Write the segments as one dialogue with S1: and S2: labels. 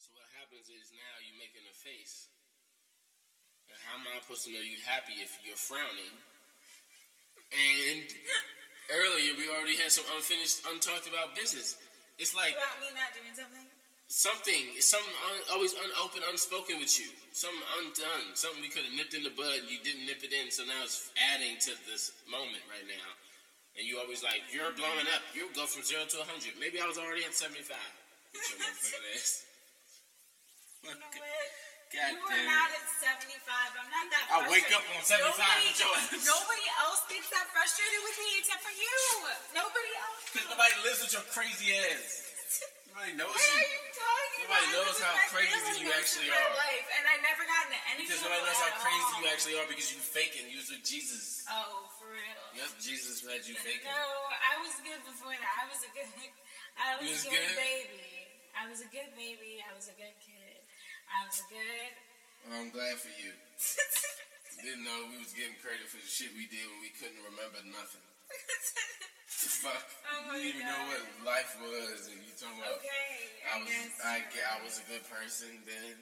S1: So what happens is now you're making a face. And how am I supposed to know you happy if you're frowning? And earlier we already had some unfinished, untalked about business. It's like
S2: About me not doing something?
S1: something, it's something un, always unopened, unspoken with you. Something undone, something we could have nipped in the bud and you didn't nip it in. So now it's adding to this moment right now. And you always like, you're blowing up. You go from zero to 100. Maybe I was already at 75. Get your motherfucking ass.
S2: You know
S1: Fuck.
S2: what?
S1: God
S2: you
S1: damn it.
S2: are not at 75. I'm not that
S1: I wake
S2: frustrated.
S1: up on 75
S2: Nobody,
S1: with your ass.
S2: nobody else gets that frustrated with me except for you. Nobody else.
S1: Cause nobody lives with your crazy ass. Nobody knows
S2: What
S1: you.
S2: are you talking
S1: Nobody
S2: about?
S1: knows
S2: This is
S1: how
S2: my
S1: crazy
S2: feeling
S1: you
S2: most of
S1: actually
S2: my
S1: are.
S2: Life, and I never got into any
S1: Because
S2: trouble
S1: nobody knows
S2: at
S1: how crazy
S2: all.
S1: you actually are because you faking. You was with Jesus.
S2: Oh, for real.
S1: Yep, Jesus had you faking.
S2: No, I was good before that. I was a good, I was,
S1: You was
S2: a good,
S1: good?
S2: baby. I was a good baby. I was a good kid. I was good.
S1: Well, I'm glad for you. Didn't know we was getting credit for the shit we did when we couldn't remember nothing. Fuck.
S2: Oh my
S1: you didn't even know
S2: God.
S1: what life was and you talking about
S2: okay.
S1: I was
S2: guess
S1: I,
S2: you're
S1: ge- I
S2: right.
S1: was a good person then.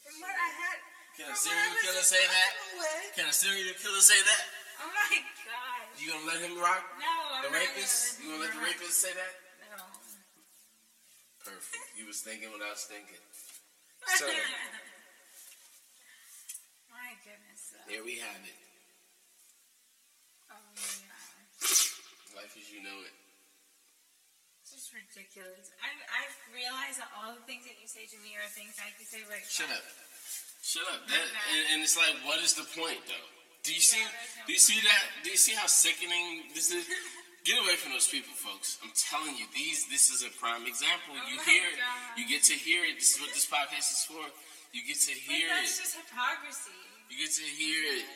S2: From what I had.
S1: Can
S2: from
S1: a
S2: what
S1: serial
S2: I was
S1: killer say that?
S2: comfortable with-
S1: Can a serial killer say that?
S2: Oh my god.
S1: You gonna let him rock?
S2: No, I'm
S1: The
S2: not
S1: rapist? You
S2: gonna
S1: gonna let the
S2: let you
S1: rapist say that?
S2: rock.
S1: Perfect. You was thinking what I was thinking.
S2: No.
S1: So-
S2: my goodness. though.
S1: There we have it.
S2: Oh my god.
S1: Life as you know it.
S2: It's just ridiculous. I I realize that all the things that you say to me are things I could say right
S1: Shut
S2: now.
S1: up. Shut up. That, and, and it's like, what is the point, though? Do you see?
S2: Yeah, there's no
S1: Do you see that? Do you see how sickening this is? Get away from those people, folks. I'm telling you, these. This is a prime example.
S2: Oh
S1: you
S2: my
S1: hear it.
S2: God.
S1: You get to hear it. This is what this podcast is for. You get to
S2: Like,
S1: hear
S2: that's
S1: it.
S2: just hypocrisy.
S1: You get to hear it.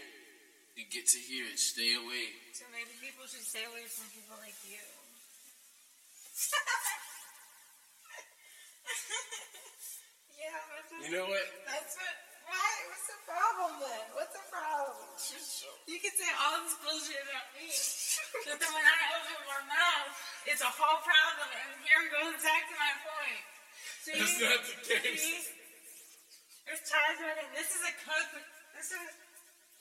S1: You get to hear it. Stay away.
S2: So maybe people should stay away from people like you. yeah, that's what,
S1: You know what?
S2: that's what. Why? What's the problem then? What's the problem? You can say all this bullshit about me, but then when I open my mouth, it's a whole problem. And here goes back to my point. See?
S1: That's not the case.
S2: See? It's ties right in. This is a cousin. This is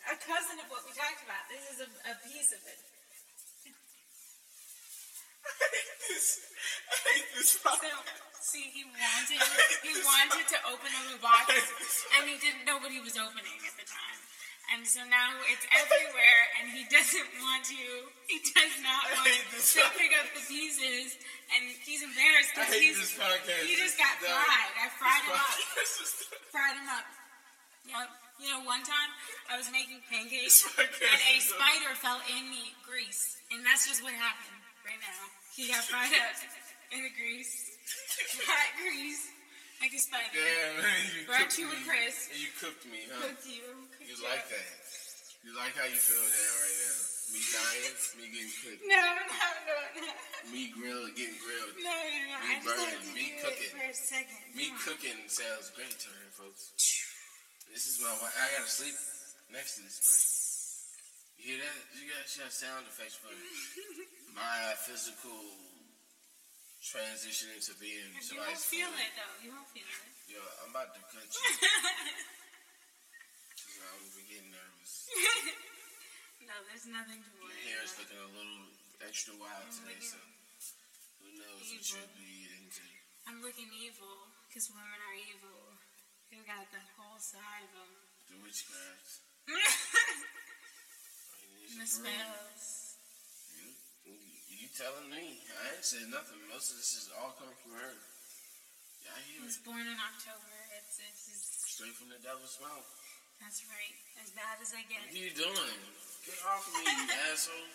S2: a cousin of what we talked about. This is a, a piece of it. So, see, he wanted he wanted to open the box, and he didn't. Nobody was opening at the time, and so now it's everywhere. And he doesn't want to. He does not
S1: I
S2: want
S1: hate this
S2: to pick up the pieces, and he's embarrassed
S1: I
S2: because
S1: hate
S2: he's
S1: this podcast.
S2: he just got
S1: No.
S2: fried. I fried him up.
S1: This podcast is-
S2: Fried him up. Yep. You know, one time I was making pancakes
S1: This podcast
S2: and a
S1: is-
S2: spider fell in the grease, and that's just what happened right now. He got fried up in the grease, hot grease, like a spider.
S1: Damn, man, you
S2: Brought
S1: cooked
S2: you a
S1: me.
S2: crisp.
S1: You cooked me, huh?
S2: Cooked you. cooked
S1: You
S2: you
S1: like
S2: up.
S1: that? You like how you feel now, right now? Me dying, me getting cooked,
S2: No, no, no, no,
S1: me grilled, getting grilled,
S2: no, no, no.
S1: Me
S2: I just had
S1: burning,
S2: to
S1: me
S2: do
S1: cooking.
S2: it for a second.
S1: me
S2: Come on.
S1: cooking sounds great to her, folks. This is why why- I gotta sleep next to this person. You hear that? You gotta she got sound effects for it. my physical transition into being
S2: You
S1: somebody's
S2: won't feel
S1: food.
S2: it though. You won't feel it.
S1: Yo, I'm about to cut you. I'm getting nervous.
S2: no, there's nothing to
S1: Your
S2: worry
S1: hair is
S2: about.
S1: looking a little extra wild
S2: Oh,
S1: today,
S2: yeah.
S1: so who knows what
S2: Evil.
S1: you'll be into.
S2: I'm looking evil because women are evil. They got that whole side of them.
S1: The witchcraft. I mean, it's
S2: the
S1: just real.
S2: spells.
S1: You, you telling me? I ain't said nothing. Most of this is all coming from her. Yeah, I hear
S2: He was
S1: it.
S2: born in October. It's, it's, it's
S1: Straight from the devil's mouth.
S2: that's right. As bad as I
S1: What
S2: get.
S1: are you doing? Get off me, you asshole.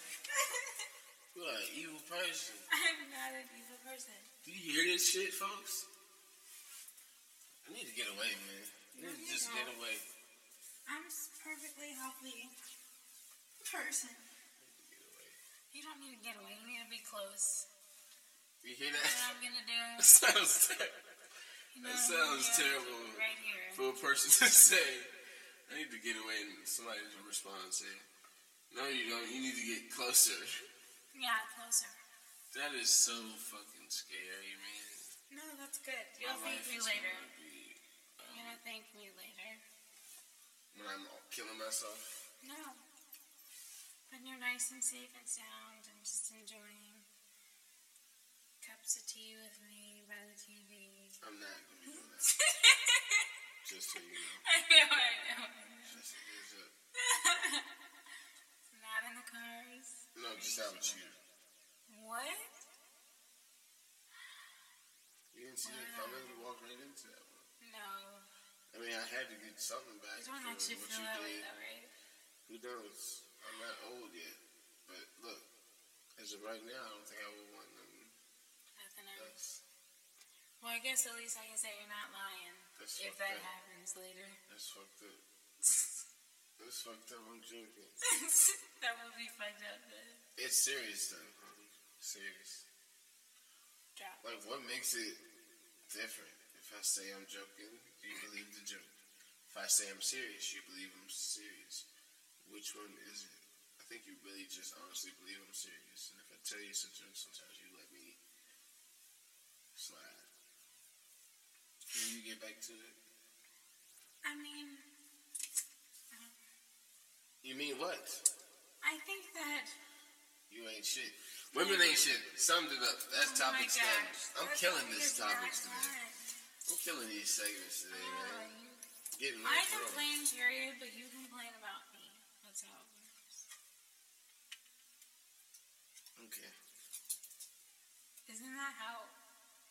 S1: You're an evil person.
S2: I'm not an evil person.
S1: Do you hear this shit, folks? I need to get away, man. I
S2: No,
S1: need to
S2: you
S1: just
S2: don't.
S1: get away.
S2: I'm s- perfectly healthy person.
S1: Get away.
S2: You don't need to get away. You need to be close.
S1: You hear
S2: You know
S1: that?
S2: what I'm gonna do?
S1: that sounds terrible.
S2: You know
S1: That
S2: what I'm
S1: sounds
S2: gonna do?
S1: terrible.
S2: Right here.
S1: for a person to say, I need to get away and somebody to respond and say, No, you don't. You need to get closer.
S2: Yeah, closer.
S1: That is so fucking scary, man.
S2: No, that's good. You'll
S1: My
S2: thank
S1: life
S2: me
S1: is
S2: later.
S1: gonna be, um,
S2: You're gonna thank me later.
S1: When I'm killing myself.
S2: No. When you're nice and safe and sound and just enjoying cups of tea with me by the TV.
S1: I'm not gonna be doing that.
S2: I
S1: Just so you know.
S2: know, I know.
S1: Just uh, so you know.
S2: Not in the cars.
S1: No, just out with you.
S2: What?
S1: You didn't see that coming. You walked right into that one.
S2: No.
S1: I mean, I had to get something back
S2: You don't
S1: for
S2: actually
S1: what
S2: feel that way
S1: you did.
S2: though, right?
S1: Who knows? I'm not old yet. But look, as of right now, I don't think I would want nothing
S2: Nothing else.
S1: else.
S2: Well, I guess at least I can say you're not lying.
S1: That's
S2: If
S1: fucked
S2: that
S1: up.
S2: happens later.
S1: That's fucked up. That's fucked up. I'm joking.
S2: that will be fucked up. but-
S1: It's serious though. homie. Serious.
S2: Drop.
S1: Like, what makes it different? If I say I'm joking, you believe the joke. If I say I'm serious, you believe I'm serious. Which one is it? I think you really just honestly believe I'm serious. And if I tell you it's a joke, sometimes you let me slide. Can you get back to it?
S2: I mean,
S1: You mean what?
S2: I think that.
S1: You ain't shit. Women ain't shit. Summed it up. That's
S2: oh my
S1: topic
S2: gosh,
S1: standard. I'm
S2: that's
S1: killing
S2: what
S1: this
S2: is not
S1: topics today.
S2: done.
S1: I'm killing these segments today,
S2: Oh,
S1: man.
S2: you-
S1: Getting
S2: I
S1: real.
S2: complain, period, but you complain about me. That's how it works.
S1: Okay.
S2: Isn't that how?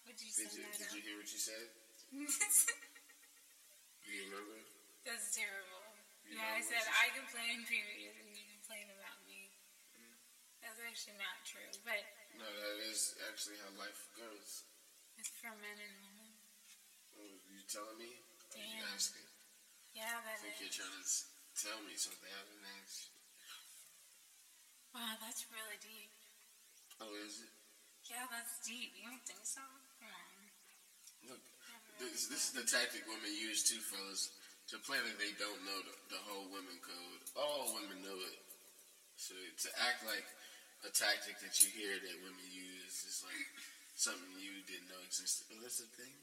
S2: Would you
S1: Did
S2: send
S1: you,
S2: that
S1: did
S2: out?
S1: you hear what you said? Do you remember?
S2: That's terrible.
S1: You
S2: yeah, I
S1: know,
S2: said
S1: it's just-
S2: I complain, period, and you complain about me.
S1: Mm.
S2: That's actually not true, but
S1: No, that is actually how life goes.
S2: it's for men and women.
S1: Oh, you telling me? Or you
S2: Damn.
S1: asking?
S2: Yeah,
S1: I
S2: that
S1: think you're
S2: is.
S1: trying to s- tell me something happened next.
S2: Wow, that's really deep.
S1: Oh, is it?
S2: Yeah, that's deep. You don't think so? Come on.
S1: Look, this, this is the tactic women use too, fellas, to play like they don't know the, the whole women code. All women know it. So to act like a tactic that you hear that women use is like something you didn't know existed. Oh, that's a thing?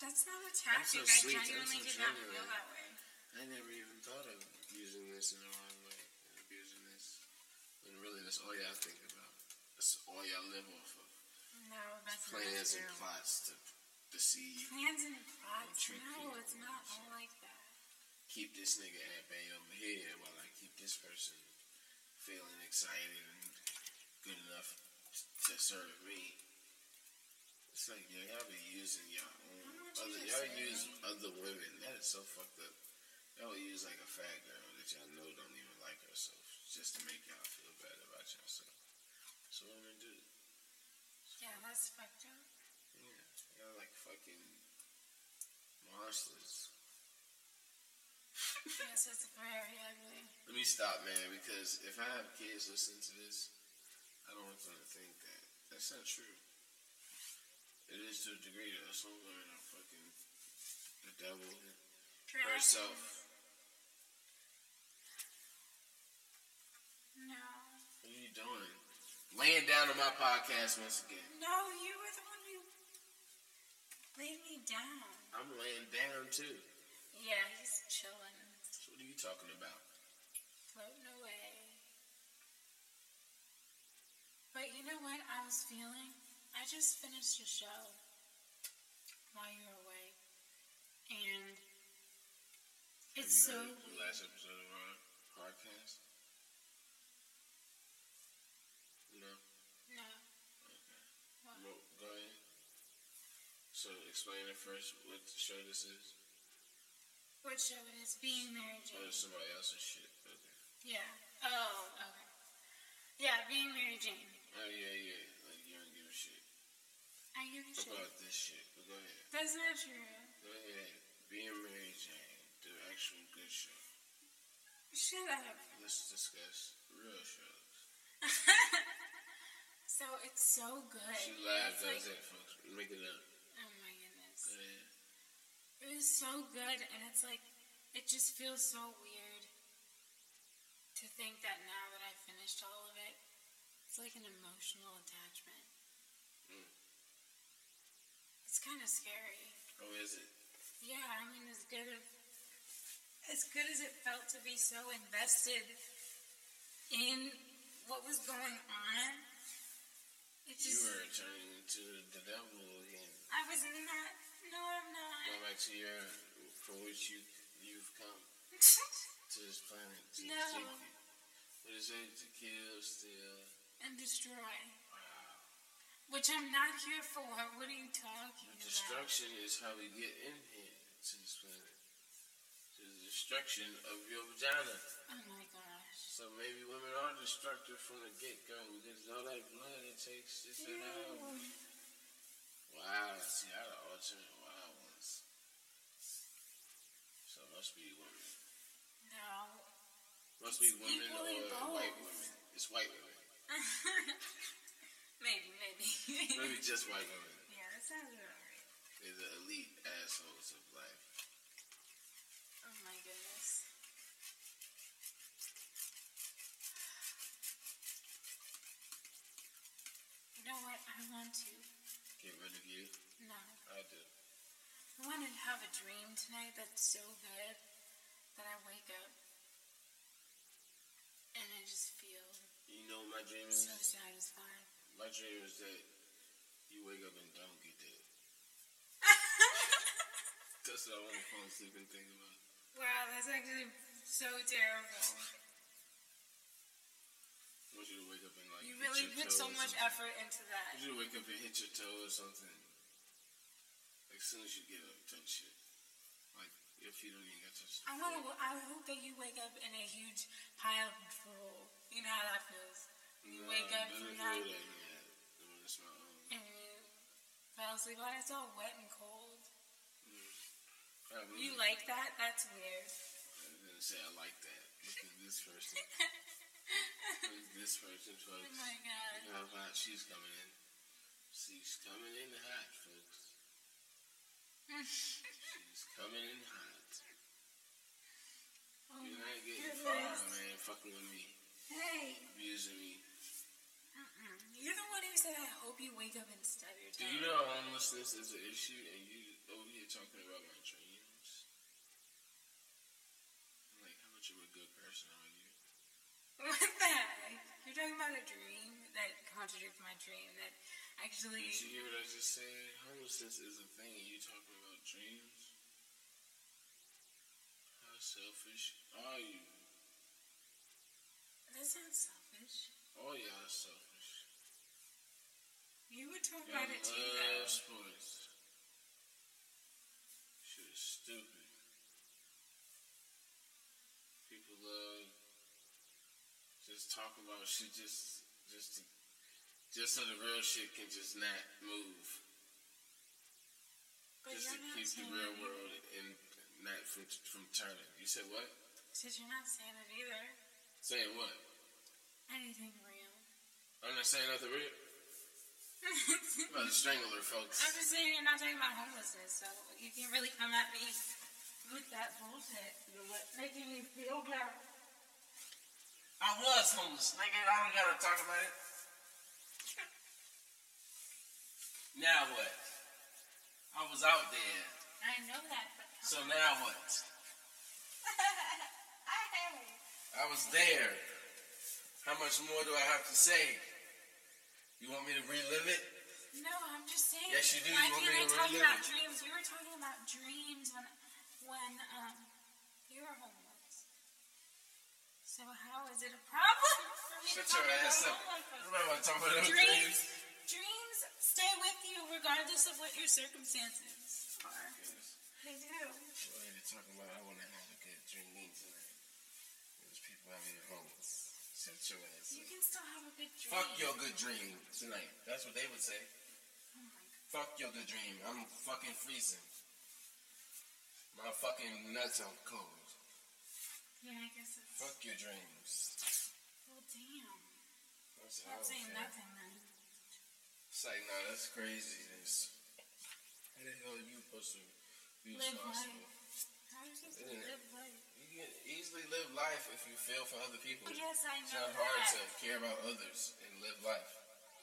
S2: That's not a tactic. I
S1: sweet. I'm
S2: genuinely
S1: so
S2: did not feel
S1: genuine.
S2: that way.
S1: I never even thought of using this in the wrong way and abusing this. And really, that's all y'all think about. That's all y'all live off of.
S2: No, that's not
S1: Plans and
S2: true.
S1: plots to deceive.
S2: Plans and plots.
S1: Tricky.
S2: No, it's not all like that.
S1: Keep this nigga at bay over here while I keep this person feeling excited and good enough to serve me. It's like, yo, y'all be using y'all own.
S2: Why don't you
S1: Other,
S2: just
S1: y'all
S2: say
S1: use
S2: me?
S1: other women. That is so fucked up. Y'all use like a fat girl that y'all know don't even like herself just to make y'all feel bad about yourself. So women do.
S2: Yeah, that's fucked up.
S1: Yeah. Y'all like fucking monsters.
S2: Yes, it's very ugly.
S1: Let me stop, man, because if I have kids listening to this, I don't want them to think that. That's not true. It is to a degree, though. Some women are fucking the devil herself.
S2: No.
S1: What are you doing? Laying down on my podcast once again.
S2: No, you were the one who laid me down.
S1: I'm laying down, too.
S2: Yeah, he's chilling,
S1: So what are you talking about?
S2: floating away. But you know what I was feeling? I just finished a show while you were away. And it's so
S1: Have you heard the last episode of our podcast? No.
S2: No. What?
S1: Well, go ahead. So explain it first what show this is.
S2: What show it is? Being Mary
S1: Oh,
S2: Jane.
S1: it's somebody else's shit. Okay.
S2: Yeah. Oh, okay. Yeah, Being Mary Jane.
S1: Oh yeah, yeah. Like you don't give a shit
S2: I give a shit.
S1: about this shit. But go ahead.
S2: That's not true.
S1: Go ahead. Being Mary Jane, the actual good show.
S2: Shut up.
S1: Let's discuss real shows.
S2: so it's so good.
S1: She live
S2: It's
S1: does
S2: like-
S1: it, folks. Make it up.
S2: Oh my goodness.
S1: Go ahead.
S2: It was so good, and it's like, it just feels so weird to think that now that I finished all of it, it's like an emotional attachment.
S1: Mm.
S2: It's kind of scary.
S1: Oh, is it?
S2: Yeah, I mean, as good of, as good as it felt to be so invested in what was going on, it
S1: You
S2: just
S1: are turning into the devil again.
S2: I was not. No, I'm not.
S1: Go back to your from which you you've come to this planet to
S2: No.
S1: seek you. What is it to kill, steal?
S2: and destroy,
S1: Wow.
S2: which I'm not here for. What are you talking
S1: The
S2: about?
S1: destruction is how we get in here to this planet. To the destruction of your vagina.
S2: Oh my gosh.
S1: So maybe women are destructive from the get go because all that blood it takes just an hour. Wow, see, I the alternate wild ones. So it must be women.
S2: No.
S1: Must be
S2: It's
S1: women
S2: equally
S1: or
S2: both.
S1: white women. It's white women.
S2: maybe, maybe.
S1: Maybe just white women.
S2: yeah, that sounds about right.
S1: They're the elite assholes of life.
S2: Oh my goodness. You know what? I want to.
S1: Get rid of you.
S2: No.
S1: I do.
S2: I want to have a dream tonight that's so good that I wake up and I just feel
S1: You know what my dream is?
S2: so satisfied.
S1: My dream is that you wake up and don't get dead. That's what I want to fall asleep and think about.
S2: wow, that's actually so terrible.
S1: I want you to wake up and like.
S2: You
S1: hit
S2: really
S1: your
S2: put
S1: toe
S2: so
S1: or
S2: much
S1: something.
S2: effort into
S1: I
S2: that.
S1: want you to wake up and hit your toe or something. Like, as soon as you get up, touch shit. Like, your feet don't even got touched.
S2: I want to. I hope that you wake up in a huge pile of drool. You know how that feels. You wake up from that
S1: It's my own.
S2: and you fell asleep on it. It's all wet and cold.
S1: Probably.
S2: You like that? That's weird.
S1: I was gonna say I like that. Look at this person. Look at this person,
S2: Oh
S1: folks.
S2: my god.
S1: Look how hot she's coming in. She's coming in hot, folks. She's coming in hot.
S2: Oh
S1: You're
S2: my
S1: not getting far,
S2: goodness.
S1: man. Fucking with me,
S2: Hey.
S1: abusing me.
S2: Mm-mm. You're the one who said, I hope you wake up and study your
S1: Do you
S2: time.
S1: know homelessness is an issue, and you over here talking about my dreams? I'm like, how much of a good person are you?
S2: What the heck? You're talking about a dream that contradicts my dream that actually.
S1: Did you hear what I just said? Homelessness is a thing, and you talking about dreams? How selfish are you?
S2: That sounds selfish.
S1: All y'all are selfish.
S2: You would talk
S1: Y'all
S2: about it too, though.
S1: love sports. Shit is stupid. People love just talk about shit just just to, just so the real shit can just not move.
S2: But
S1: just to
S2: you're not
S1: keep the
S2: saying
S1: real
S2: it.
S1: world and not from from turning. You said what?
S2: Said you're not saying it either.
S1: Saying what?
S2: Anything real.
S1: I'm not saying nothing real. I'm
S2: I'm
S1: about to strangle her, folks.
S2: just saying you're not talking about homelessness, so you can't really come at me with that bullshit. You're what- making me feel bad.
S1: I was homeless, nigga. I don't gotta talk about it. Now what? I was out there.
S2: I know that, but.
S1: So now what?
S2: Hey.
S1: I was there. How much more do I have to say? You want me to relive it?
S2: No, I'm just saying.
S1: Yes, you do.
S2: Why
S1: You want me
S2: can't I
S1: to
S2: talk
S1: relive
S2: about
S1: it?
S2: dreams? We were talking about dreams when, when um, you were homeless. So how is it a problem for me
S1: Shut
S2: to talk
S1: your
S2: about
S1: ass up.
S2: homelessness?
S1: Remember I talking about them
S2: Dreams,
S1: dreams?
S2: dreams stay with you regardless of what your circumstances are. They do.
S1: We're here to talk about I want to have a good dream tonight. There's people out here homeless. Shut your ass
S2: You
S1: up.
S2: can still have a good dream.
S1: Fuck your good dream tonight. That's what they would say.
S2: Oh my God.
S1: Fuck your good dream. I'm fucking freezing. My fucking nuts are cold.
S2: Yeah, I guess it's.
S1: Fuck your dreams.
S2: Well, damn.
S1: That's
S2: Not saying
S1: okay.
S2: nothing then.
S1: It's like, nah, that's craziness. How the hell are you supposed to be
S2: Live
S1: responsible?
S2: life. How are you supposed to
S1: Isn't it?
S2: live life?
S1: You can easily live life if you feel for other people.
S2: Yes, I
S1: It's
S2: know
S1: not hard
S2: that.
S1: to care about others and live life.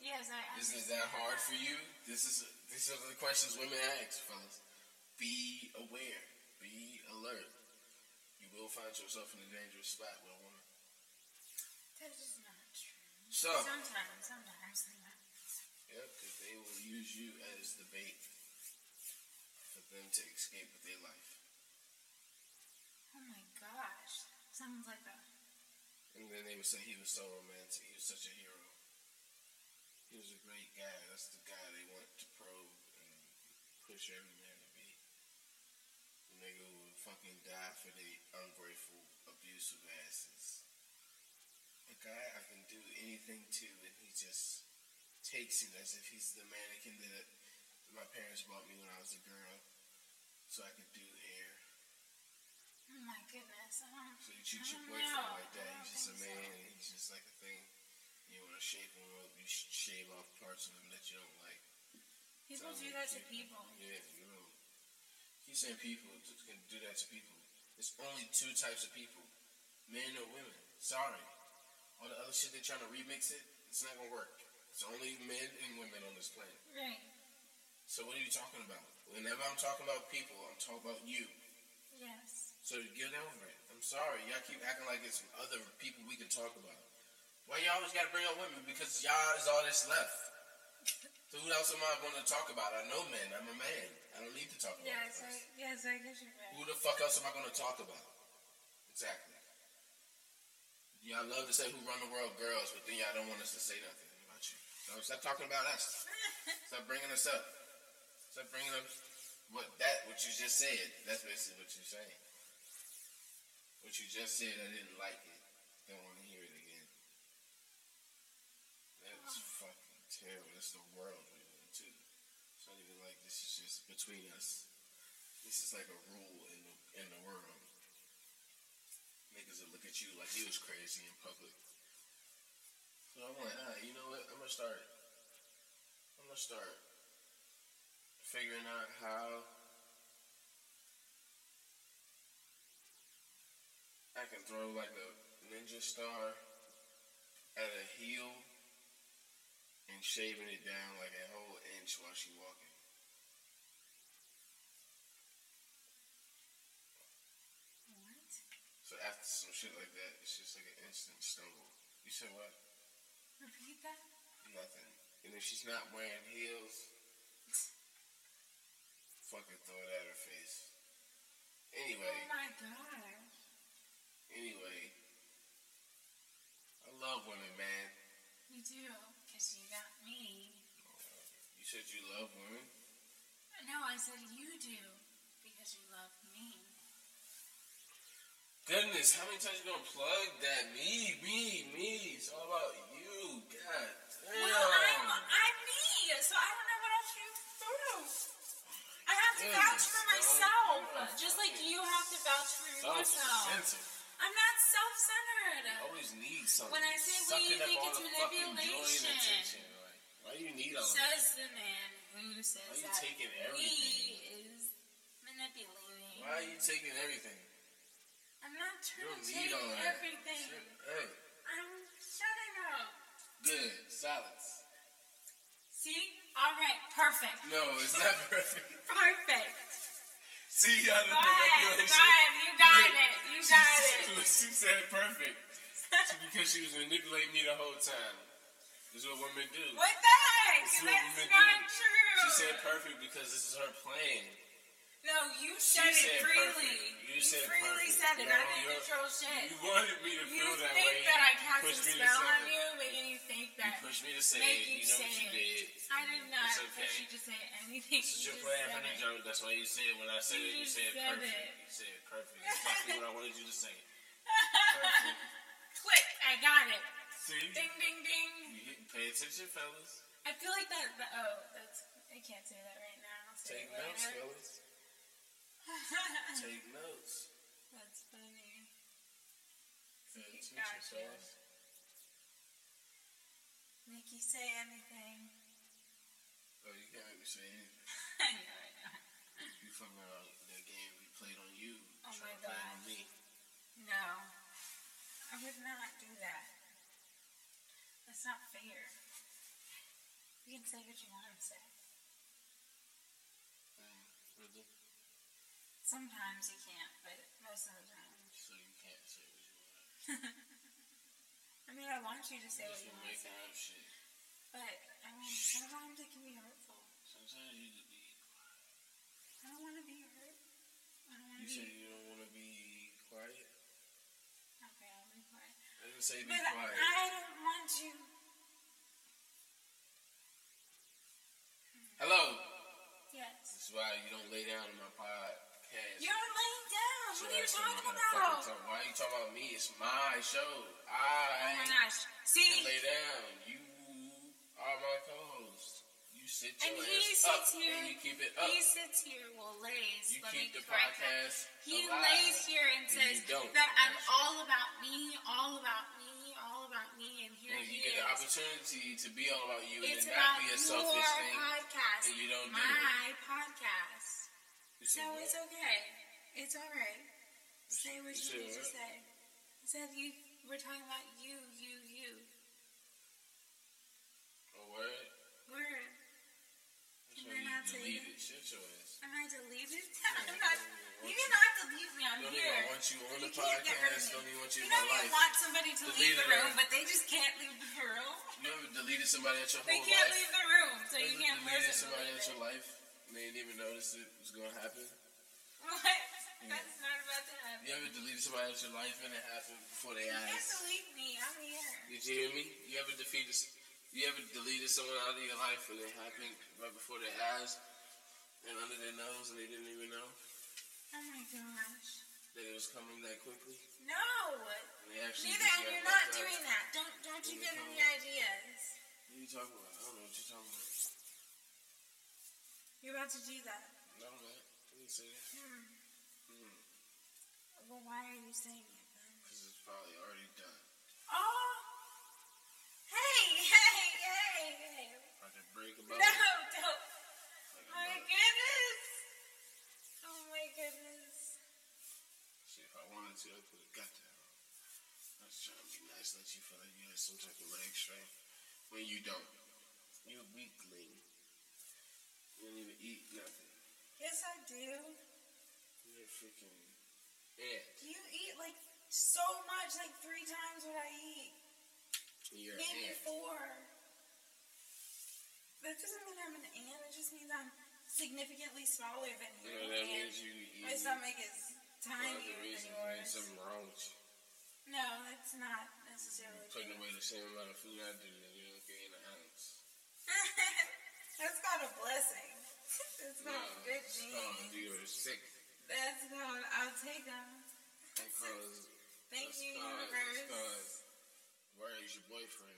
S2: Yes, I.
S1: Is, is that hard for you? This is these are the questions women ask, fellas. Be aware. Be alert. You will find yourself in a dangerous spot with a woman.
S2: That is not true.
S1: So,
S2: Sometimes, sometimes.
S1: yep, 'cause they will use you as the bait for them to escape with their life.
S2: Oh my gosh. Sounds like that.
S1: And then they would say he was so romantic. He was such a hero. He was a great guy. That's the guy they want to probe and push every man to be. The nigga would fucking die for the ungrateful, abusive asses. A guy I can do anything to, and he just takes it as if he's the mannequin that my parents bought me when I was a girl, so I could do hair.
S2: Oh my goodness. I don't,
S1: So you treat
S2: I
S1: your
S2: don't
S1: boyfriend
S2: know.
S1: like that.
S2: I
S1: He's just a
S2: don't think
S1: man.
S2: so.
S1: and He's just like a thing. You want to shape him up. You sh- shave off parts of him that you don't like.
S2: People
S1: Tell
S2: do
S1: him
S2: that to
S1: keep-
S2: people.
S1: Yeah, you know. He's saying people t- can do that to people. It's only two types of people, men or women. Sorry, all the other shit they're trying to remix it. It's not gonna work. It's only men and women on this planet.
S2: Right.
S1: So what are you talking about? Whenever I'm talking about people, I'm talking about you.
S2: Yes.
S1: So get over it. I'm sorry. Y'all keep acting like it's other people we can talk about. Why y'all always gotta bring up women? Because y'all is all that's left. So who else am I gonna talk about? I know men. I'm a man. I don't need to talk about
S2: Yes, I,
S1: this.
S2: yes, I get you right.
S1: Who the fuck else am I gonna talk about? Exactly. Y'all love to say who run the world girls, but then y'all don't want us to say nothing about you. So stop talking about us. Stop bringing us up. Stop bringing up what that what you just said. That's basically what you're saying. What you just said, I didn't like it. Don't want to hear it again. That's fucking terrible. That's the world we live in too. It's not even like this is just between us. This is like a rule in the in the world. Niggas will look at you like you was crazy in public. So I'm like, ah, you know what? I'm gonna start. I'm gonna start figuring out how I can throw like a ninja star at a heel and shaving it down like a whole inch while she walking.
S2: What?
S1: So after some shit like that, it's just like an instant stumble. You said what?
S2: Repeat that?
S1: Nothing. And if she's not wearing heels, fucking throw it at her face. Anyway,
S2: Oh my god.
S1: anyway. I love women, man.
S2: You do, because you got me.
S1: You said you love women?
S2: No, I said you do, because you love me.
S1: Goodness, how many times you gonna plug that? Me, me, me. It's all about you. God damn.
S2: Well, I'm, I'm me, so I don't know what else you do. I have to vouch for
S1: Goodness,
S2: myself,
S1: God.
S2: just like you have to vouch for
S1: Oh,
S2: yourself.
S1: Self-centered.
S2: I'm not self-centered.
S1: always need something.
S2: When I say we,
S1: Sucking
S2: you
S1: up
S2: think
S1: all
S2: it's
S1: the fucking joy and
S2: manipulation.
S1: attention, like, Why do you need all that?
S2: Says the man who says
S1: Why you
S2: that
S1: taking
S2: we
S1: everything?
S2: is manipulating.
S1: Why are you taking everything?
S2: I'm not
S1: You
S2: trying
S1: don't
S2: to
S1: need
S2: take
S1: all that.
S2: everything.
S1: Shut up.
S2: I'm shutting up.
S1: Good. Silence.
S2: See? All right, perfect.
S1: No, it's not perfect.
S2: Perfect.
S1: See, y'all done the
S2: Fine,
S1: manipulation.
S2: fine. You got it. You got it.
S1: she said perfect. It's because she was manipulating me the whole time. This is what women do.
S2: What the heck?
S1: It's what
S2: That's
S1: women
S2: not
S1: do.
S2: true.
S1: She said perfect because this is her plan.
S2: no, you said
S1: she
S2: it
S1: said
S2: freely.
S1: perfect. You
S2: You,
S1: said
S2: freely
S1: perfect.
S2: said it. I
S1: No,
S2: didn't
S1: you're-
S2: control shit.
S1: You wanted me to
S2: You,
S1: feel that
S2: think
S1: way.
S2: that I
S1: You
S2: cast a
S1: pushed me to
S2: spell
S1: say
S2: on
S1: it.
S2: you, making you think
S1: You
S2: that.
S1: pushed me to say
S2: Make
S1: it.
S2: you
S1: You know
S2: say
S1: what you
S2: it.
S1: did.
S2: I did not
S1: It's
S2: push
S1: okay.
S2: you to say anything.
S1: This is
S2: you
S1: your
S2: just
S1: plan,
S2: said
S1: honey,
S2: it.
S1: Joe. That's why you said when I said it,
S2: You
S1: you
S2: just
S1: said
S2: said
S1: perfect.
S2: it.
S1: You said perfect. Exactly what I wanted you to say. Perfect.
S2: Click. I got it.
S1: See?
S2: Ding, ding, ding.
S1: You get- Pay attention, fellas.
S2: I feel like that. that oh, that's. I can't say that right now. I'll say
S1: Take
S2: it later.
S1: notes, fellas. Take notes.
S2: that's funny.
S1: Pay
S2: You
S1: attention,
S2: gotcha.
S1: fellas.
S2: Make you say anything.
S1: Oh, you can't make me say anything.
S2: I know, I know.
S1: You fucking around that game we played on you.
S2: Oh
S1: trying
S2: my
S1: to play it on
S2: God.
S1: me.
S2: No, I would not do that. That's not fair. say what you want to say.
S1: Mm-hmm. Really?
S2: Sometimes you can't, but most of the time.
S1: So you can't say what you want.
S2: I mean, I want you to say what
S1: Just
S2: you
S1: been
S2: want to
S1: making
S2: say,
S1: up shit.
S2: but I mean, sometimes it can be hurtful.
S1: Sometimes you just be.
S2: I don't want to be hurt. I don't want
S1: You
S2: to
S1: say
S2: be.
S1: you don't want to be quiet.
S2: Okay, I'll be quiet.
S1: I didn't say be
S2: But
S1: quiet.
S2: I don't want you.
S1: Hello.
S2: Yes.
S1: This is why you don't lay down in my podcast.
S2: You're laying down.
S1: So
S2: What are you
S1: that's what
S2: talking
S1: I'm gonna
S2: about?
S1: fucking talk- Why are you talking about me? It's my show.
S2: Oh my
S1: I
S2: gosh.
S1: can
S2: See,
S1: lay down. You are my co-host. You sit your
S2: And
S1: ass
S2: he sits
S1: up
S2: here.
S1: and you keep it up.
S2: he sits here, well, lays.
S1: You
S2: let
S1: keep
S2: me
S1: the
S2: correct that.
S1: podcast
S2: He
S1: alive.
S2: lays here and
S1: and
S2: says
S1: you don't.
S2: that I'm all about me, all about me, all about me, and here
S1: And you
S2: he
S1: get the
S2: is.
S1: opportunity to be all about you
S2: It's
S1: and not
S2: about
S1: be a
S2: your
S1: selfish thing.
S2: podcast,
S1: and you don't do
S2: my podcast.
S1: You
S2: So
S1: said what?
S2: it's okay. It's all right. Say what
S1: You
S2: you
S1: said
S2: need to
S1: what?
S2: say. I said you. We're talking about you, you, you.
S1: A word?
S2: We're.
S1: That's
S2: Can
S1: why
S2: I not
S1: you
S2: say
S1: delete
S2: that?
S1: it. Shut your ass.
S2: Am I deleted?
S1: Yeah, I don't
S2: I'm not. You
S1: even
S2: do not have to leave me. I'm
S1: Don't
S2: here.
S1: even want you on the
S2: You can't get rid
S1: podcast.
S2: of me.
S1: Don't even want you
S2: You
S1: in
S2: don't
S1: my
S2: even
S1: life.
S2: want somebody to leave
S1: Delete
S2: the
S1: it.
S2: room, but they just can't leave the room.
S1: You ever deleted somebody at your
S2: They
S1: whole
S2: can't
S1: life?
S2: leave the room, so you
S1: Ever
S2: can't
S1: deleted
S2: listen to
S1: somebody at your
S2: it.
S1: life and they didn't even notice it was going to happen?
S2: What? That's not about to happen.
S1: You ever deleted somebody out your life and it happened before they
S2: You can't
S1: asked?
S2: delete me. I'm here.
S1: Did you hear me? You ever defeated? You ever deleted someone out of your life and it happened right before their eyes and under their nose and they didn't even know
S2: Oh my gosh.
S1: that it was coming that quickly?
S2: No.
S1: And they actually
S2: Neither.
S1: just
S2: And
S1: got
S2: you're not
S1: knocked out.
S2: doing that. Don't don't you
S1: Leave it
S2: get any
S1: alone.
S2: ideas.
S1: What are you talking about? I don't know what you're talking about.
S2: You're about to do that.
S1: No, man. I didn't say that.
S2: Hmm.
S1: Hmm.
S2: Well, why are you saying it then?
S1: Because it's probably already done.
S2: Oh. Hey, hey, hey, hey.
S1: Like a break about
S2: No,
S1: it.
S2: don't.
S1: Like a
S2: My
S1: break.
S2: goodness. Oh my goodness.
S1: Shit, if I wanted to, I could have got that. I was trying to be nice, let you feel like you had some type of leg strength. When you don't. You're a weakling. You don't even eat nothing.
S2: Yes, I do.
S1: You're a freaking ant.
S2: You eat like so much, like three times what I eat.
S1: You're an
S2: Maybe
S1: ant.
S2: four. That doesn't mean I'm an ant. It just means I'm significantly smaller than
S1: You
S2: you.
S1: know that
S2: and
S1: means you eat.
S2: my stomach is
S1: One of
S2: tinier
S1: the
S2: than
S1: reasons why there's
S2: yours.
S1: something wrong with you.
S2: No, that's not necessarily
S1: You're
S2: true.
S1: putting away the same amount of food I do, and you don't gain an ounce.
S2: that's called a blessing. That's
S1: No,
S2: called good
S1: it's called
S2: genes.
S1: you're sick.
S2: That's called I'll take them.
S1: That causes
S2: Thank
S1: That's
S2: you,
S1: fine, that's
S2: universe.
S1: fine. Where is your boyfriend?